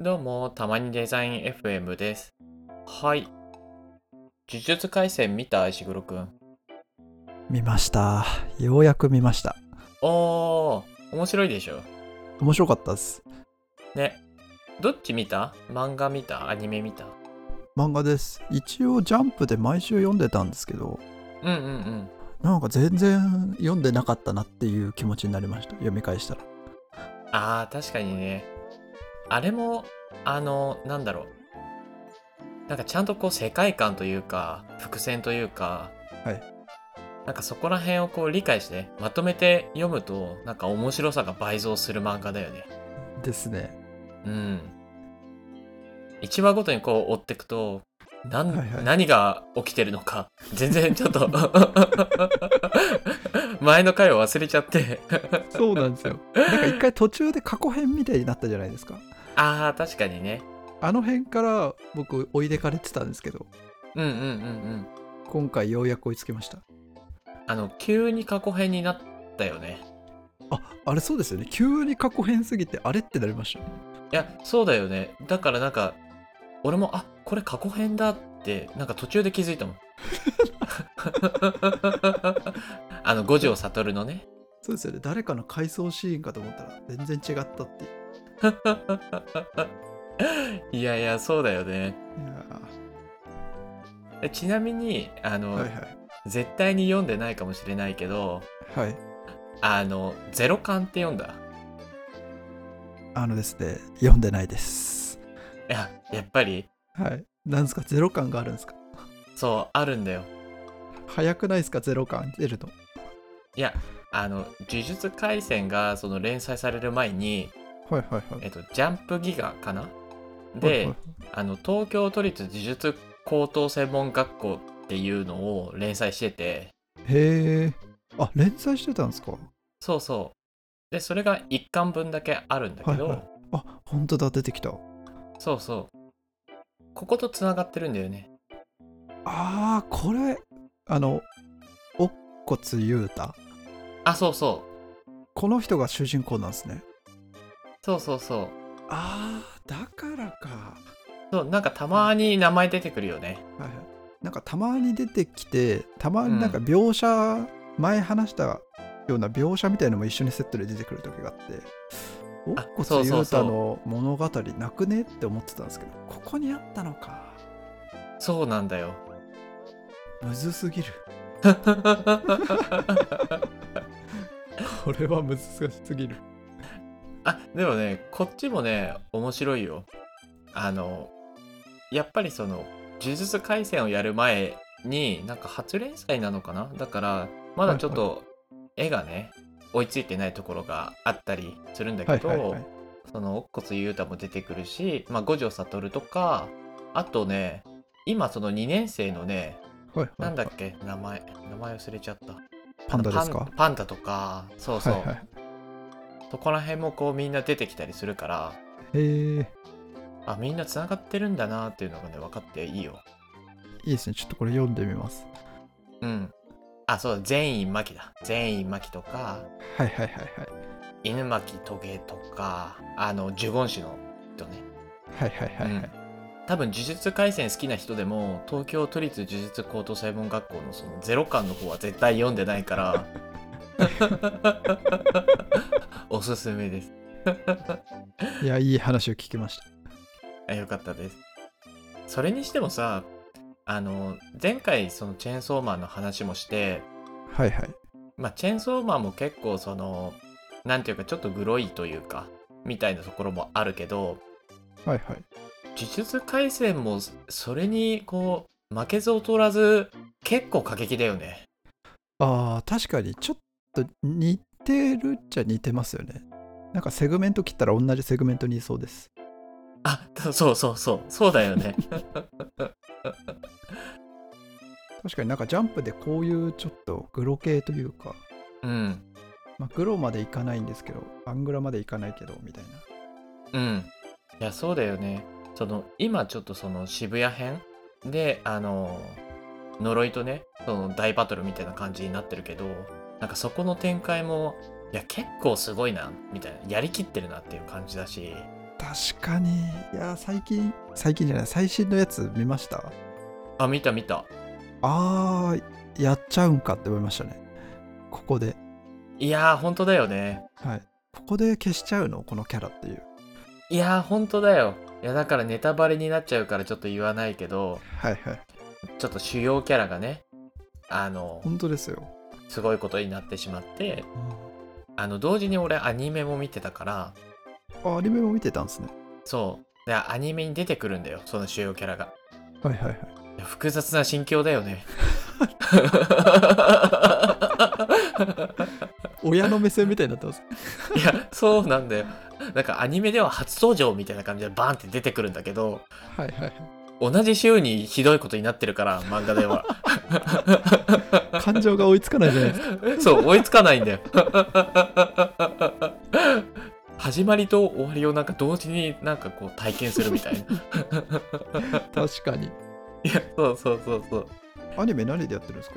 どうも、たまにデザイン FM です。はい。呪術廻戦見た石黒くん。見ましたようやく見ましたおー、面白いでしょ。面白かったですね。どっち見た漫画見たアニメ見た漫画です一応ジャンプで毎週読んでたんですけどうんうんうん。なんか全然読んでなかったなっていう気持ちになりました読み返したらあー、確かにね。あれも、あの、なんだろう。なんかちゃんとこう世界観というか、伏線というか、はい。なんかそこら辺をこう理解して、まとめて読むと、なんか面白さが倍増する漫画だよね。ですねうん。1話ごとにこう追っていくと、なんはいはい何が起きてるのか、全然ちょっと、前の回を忘れちゃって。そうなんですよなんか一回途中で過去編みたいになったじゃないですかああ、確かにね。あの辺から僕追いでかれてたんですけどうんうんうんうん。今回ようやく追いつきましたあの、急に過去編になったよね。ああれそうですよね急に過去編すぎてあれってなりましたいや、そうだよね。だからなんか、俺も、あこれ過去編だって、なんか途中で気づい たもん。あの、五条悟のね。そうですよね誰かの回想シーンかと思ったら全然違ったっていういやいや、そうだよね。いやえちなみにあの、ーはいはい絶対に読んでないかもしれないけどはいあの「ゼロ感」って読んだあのですね、読んでないです。いややっぱりはい。なんですか、ゼロ感があるんですかそうあるんだよ早くないですか、ゼロ感出るの。いやあの「呪術廻戦」がその連載される前に、はいはいはい。えっと、ジャンプギガかなはいではいあの東京都立呪術高等専門学校っていうのを連載しててへえ。あ、連載してたんですかそうそうでそれが1巻分だけあるんだけど、はいはいあ、本当だ、出てきた。そうそうこことつながってるんだよねあー、これ、あの、乙骨雄太。あそうそうこの人が主人公なんですね。そうそうそうあー、だからか。そうなんかたまに名前出てくるよねはいはい。なんかたまに出てきて、たまになんか描写、前話したような描写みたいのも一緒にセットで出てくる時があって、おあっこそうつそゆううそうたの物語なくねって思ってたんですけど、ここにあったのか。そうなんだよむずすぎる。これはむずすぎる。あでもねこっちもね面白いよあのやっぱりその呪術廻戦をやる前になんか初連載なのかなだからまだちょっと絵がね追いついてないところがあったりするんだはけど、いはいはい。その乙骨雄太も出てくるし、まあ、五条悟とかあとね今その2年生のねはいはいなんだっけ名前名前忘れちゃったパンダですあのかパンパンダとかそうそう、はいはい。そこら辺もこうみんな出てきたりするからへえ、あみんなつながってるんだなっていうのがね分かっていいよいいですね。ちょっとこれ読んでみます。うんあそう全員巻だ全員巻とかはいはいはいはい。犬巻トゲとかあの呪言師の人ねはいはいはいはい。多分呪術廻戦好きな人でも東京都立呪術高等専門学校のそのゼロ巻の方は絶対読んでないから おすすめですいや、いい話を聞きました。あよかったですそれにしてもさあの前回そのチェーンソーマンの話もしてはいはい。まあチェーンソーマンも結構そのなんていうかちょっとグロいというかみたいなところもあるけどはいはい。呪術廻戦もそれにこう負けず劣らず結構過激だよねあー確かにちょっと似てるっちゃ似てますよねなんかセグメント切ったら同じセグメントにいそうですあそうそうそうそうだよね確かになんかジャンプでこういうちょっとグロ系というか、うんまあ、グロまでいかないんですけどアングラまでいかないけどみたいうんいやそうだよねその今ちょっとその渋谷編であの呪いとねその大バトルみたいな感じになってるけどなんかそこの展開もいや結構すごいなみたいなやりきってるなっていう感じだし確かにいや最近最近じゃない最新のやつ見ましたあ見た見たあーやっちゃうんかって思いましたねここでいやー本当だよねはいここで消しちゃうのこのキャラっていういやー本当だよいやだからネタバレになっちゃうからちょっと言わないけどはいはいちょっと主要キャラがねあの本当ですよ、すごいことになってしまってあの同時に俺アニメも見てたからあアニメも見てたんですねそうでアニメに出てくるんだよその主要キャラがはいはいはいいや複雑な心境だよね親の目線みたいになってますいやそうなんだよなんかアニメでは初登場みたいな感じでバーンって出てくるんだけど はいはいはい同じ週にひどいことになってるから漫画では感情が追いつかないじゃないですかそう追いつかないんだよ 始まりと終わりをなんか同時になんかこう体験するみたいない 確かにやそうそうそうそうアニメ何でやってるんですか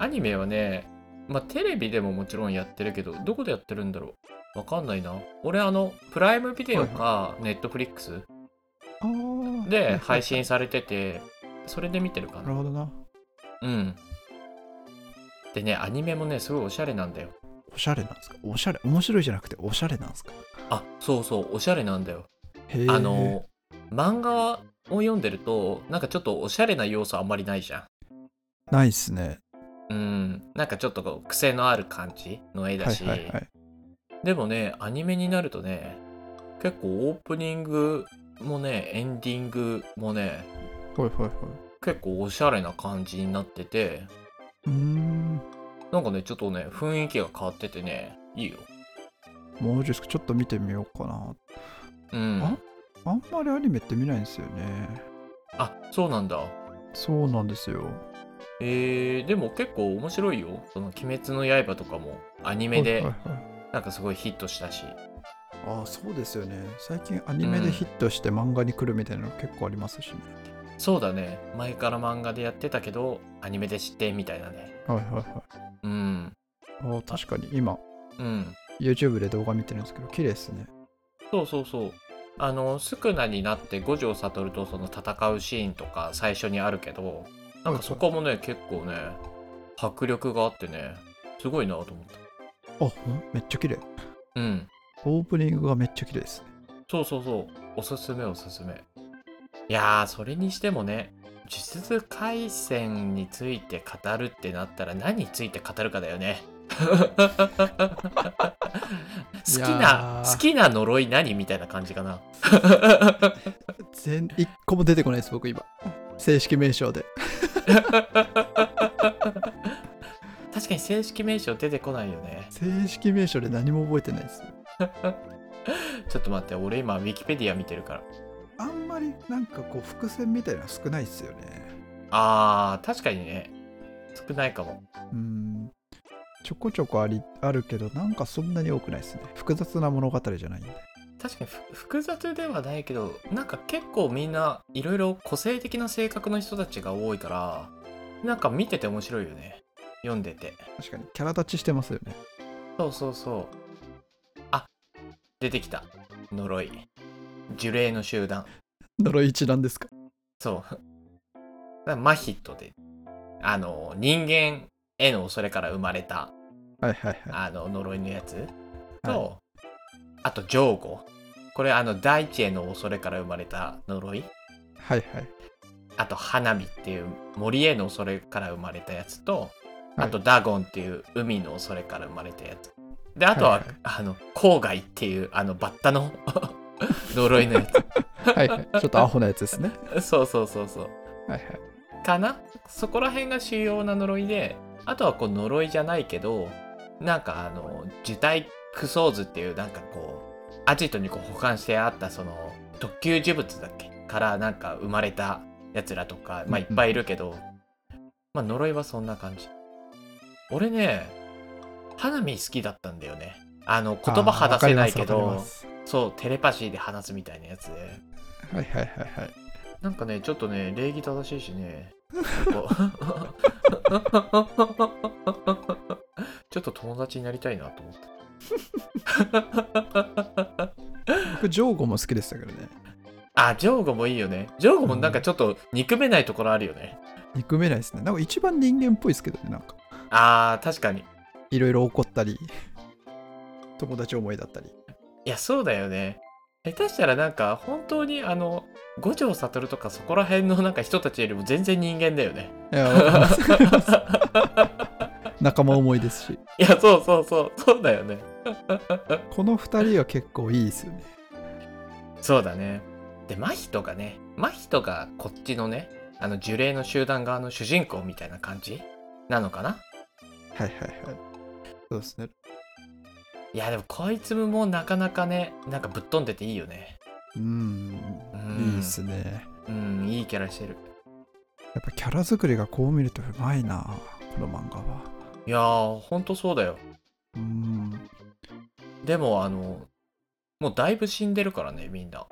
アニメはね、まあ、テレビでももちろんやってるけど、どこでやってるんだろうわかんないな。俺、あの、プライムビデオか、ネットフリックスあーで配信されてて、それで見てるかなるな。ほどなうん。でね、アニメもね、すごいおしゃれなんだよ。おしゃれなんですかおしゃれ面白いじゃなくておしゃれなんですかあ、そうそう、おしゃれなんだよ。へえあの、漫画を読んでると、なんかちょっとおしゃれな要素あんまりないじゃん。ないっすねうん、なんかちょっとこう癖のある感じの絵だはいし、はいはいでもね、アニメになるとね、結構オープニングもね、エンディングもね、ほいほいほい結構おしゃれな感じになってて、うーんなんかね、ちょっとね、雰囲気が変わっててね、いいよ。もうちょっとちょっと見てみようかなうん。あああんまりアニメって見ないんですよねそうなんだ。そうなんですよえー、でも結構面白いよ。その、鬼滅の刃とかも、アニメではい、はいはいなんかすごいヒットしたし。ああそうですよね最近アニメでヒットして漫画に来るみたいなの結構ありますしね、そうだね、前から漫画でやってたけど、アニメで知って、みたいなね。はいはいはいうん。あー確かに今うん。 YouTube で動画見てるんですけど綺麗ですねそうそうそう。あの、スクナになって五条悟とその戦うシーンとか最初にあるけど、なんかそこもね、結構ね、迫力があってね、すごいなと思った。あほんめっちゃ綺麗うん。オープニングがめっちゃ綺麗ですねそうそうそう。おすすめおすすめ。いやー、それにしてもね、呪術廻戦について語るってなったら何について語るかだよ ね。好きいやな、ー好きな呪い何みたいな感じかな。全一個も出てこないです僕今正式名称で確かに正式名称出てこないよね正式名称で何も覚えてないですちょっと待って俺今ウィキペディア見てるからあんまりなんかこう伏線みたいなの少ないですよねあー確かにね少ないかもうんちょこちょこありあるけどなんかそんなに多くないですね複雑な物語じゃないんで確かにふ複雑ではないけどなんか結構みんないろいろ個性的な性格の人たちが多いからなんか見てて面白いよね読んでて確かにキャラ立ちしてますよねそうそうそうあ出てきた呪い呪霊の集団呪い一覧ですかそう。 だからマヒットで、あの、人間への恐れから生まれた、はいはいはいあの、呪いのやつと、あと、ジョーゴ。これ、あの、大地への恐れから生まれた呪い。はいはいあと、花火っていう森への恐れから生まれたやつと、はいあと、ダゴンっていう海の恐れから生まれたやつ。で、あとは、はいはいあの、郊外っていう、あの、バッタの 呪いのやはいはいちょっとアホなやつですね つ。そうそうそうそう。はいはいかなそこら辺が主要な呪いであとはこう呪いじゃないけどなんかあの受胎クソーズっていうなんかこうアジトにこう保管してあったその特級呪物だっけからなんか生まれたやつらとかまあういんっうんぱいいるけど、まあ呪いはそんな感じ俺ね花見好きだったんだよねあの言葉話せないけあーわかりどますわかそうテレパシーで話すみたいなやつでりますはいはいはいはいなんかね、ちょっとね、礼儀正しいしね。 ちょっと友達になりたいなと思った。僕ジョーゴも好きでしたけどねあ、ジョーゴもいいよね。ジョーゴもなんかちょっと憎めないところあるよね。憎めないですねなんか一番人間っぽいですけどねなんかあー、確かに。いろいろ怒ったり 友達思いだったりいや、そうだよね。下手したらなんか本当にあの、五条悟とかそこら辺のなんか人たちよりも全然人間だよね。いやわかりますわかります仲間思いです しいや、そうそうそう、そうだよね。この2人は結構いいですよねそうだね。で、真人がね、真人がこっちのね、あの呪霊の集団側の主人公みたいな感じなのかなはいはいはいそうですねいや、でもこいつもなかなかね、なんかぶっ飛んでていいよね。うんうんいいっすねうん、いいキャラしてる。やっぱキャラ作りがこう見るとうまいなこの漫画はいやー、ほんとそうだよ。うんでも、あの、もうだいぶ死んでるからね、みんな。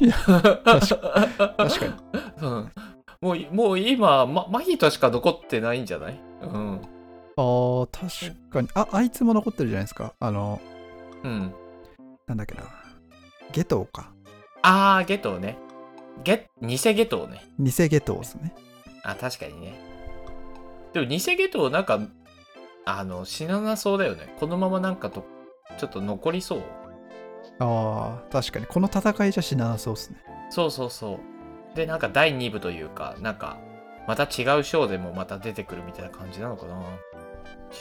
いや、確 確かにに。うん。もうい、もう今、ま、マヒトしか残ってないんじゃないうん。あー確かにああいつも残ってるじゃないですかあのうん。なんだっけなゲトウかあー、ゲトウね。ゲ、偽ゲトウね。偽ゲトウですねあ、確かにね。でも、偽ゲトウなんか、あの、死ななそうだよね。このままなんかと、ちょっと残りそう。あー確かにこの戦いじゃ死ななそうですねそうそうそう。で、なんか第2部というか、なんか、また違う章でもまた出てくるみたいな感じなのかな。呪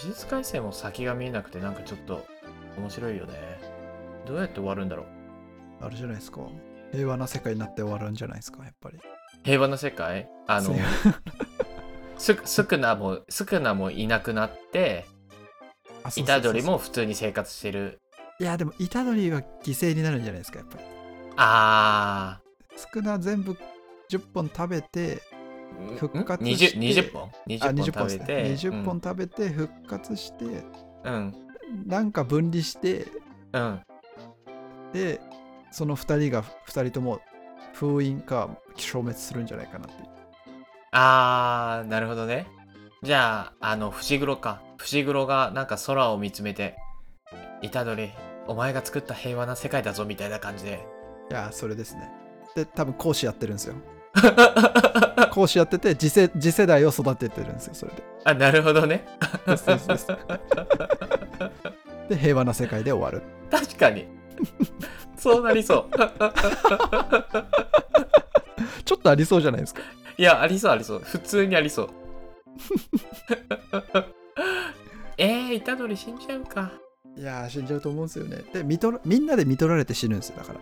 術改正も先が見えなくて、なんかちょっと面白いよね。どうやって終わるんだろう。あれじゃないですか平和な世界になって終わるんじゃないですかやっぱり平和な世界あのそう、すスクナも、スクナもいなくなって、あそうそうそうそうイタドリも普通に生活してる。いやでもイタドリは犠牲になるんじゃないですかやっぱりあ少な全部10本食べてー、復活んして 20, 20本あ ?20 20本本食でべすて。ね20本食べて復活して、うん。うん。なんか分離してうんでその2人が2人とも封印か消滅するんじゃないかなっていうあー、なるほどね。じゃあ、あの、伏黒か。伏黒がなんか空を見つめて、イタドリ、お前が作った平和な世界だぞみたいな感じで。いやーそれですねで多分講師やってるんです よ講師やってて次世次世代を育ててるんですよそれ であ、なるほどね。ですですですで平和な世界で終わる確かに。 そうなりそう。ちょっとありそうじゃないですかいや、ありそうありそう。普通にありそう。 えー、イタドリ死んじゃうか。いやー死んじゃうと思うんですよねで見とらみんなで見取られて死ぬんですよだから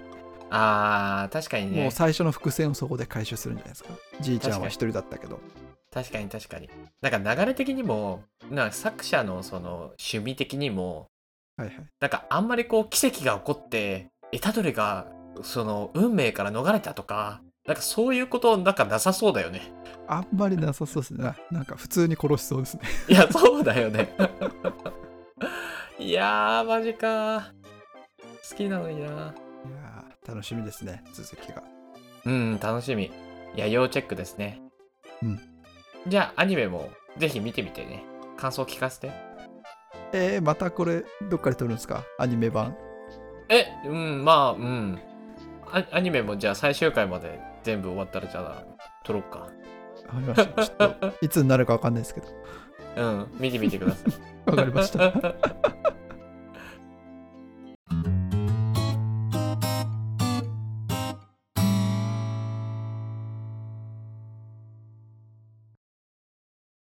あー、確かにもうね。最初の伏線をそこで回収するんじゃないですかじいちゃんは一人だったけど確かに確かに。なんか流れ的にも、なんか作者のその趣味的にも、はいはいなんかあんまりこう奇跡が起こって、エタドリがその運命から逃れたとか、なんかそういうことなんかなさそうだよ ね。あんまりなさそうですねななんか普通に殺しそうですねいや、そうだよね。 いやー、マジかー。好きなのにないやー楽しみですね続きがうん、楽しみ。いや、要チェックですね。うん。じゃあ、アニメもぜひ見てみてね。感想聞かせて。えー、またこれどっかで撮るんですかアニメ版え、うん、まあ、うん。あアニメもじゃあ最終回まで全部終わったらじゃあ、撮ろっか。わかりましたちょっといつになるかわかんないですけどうん、見てみてください。わかりましたた。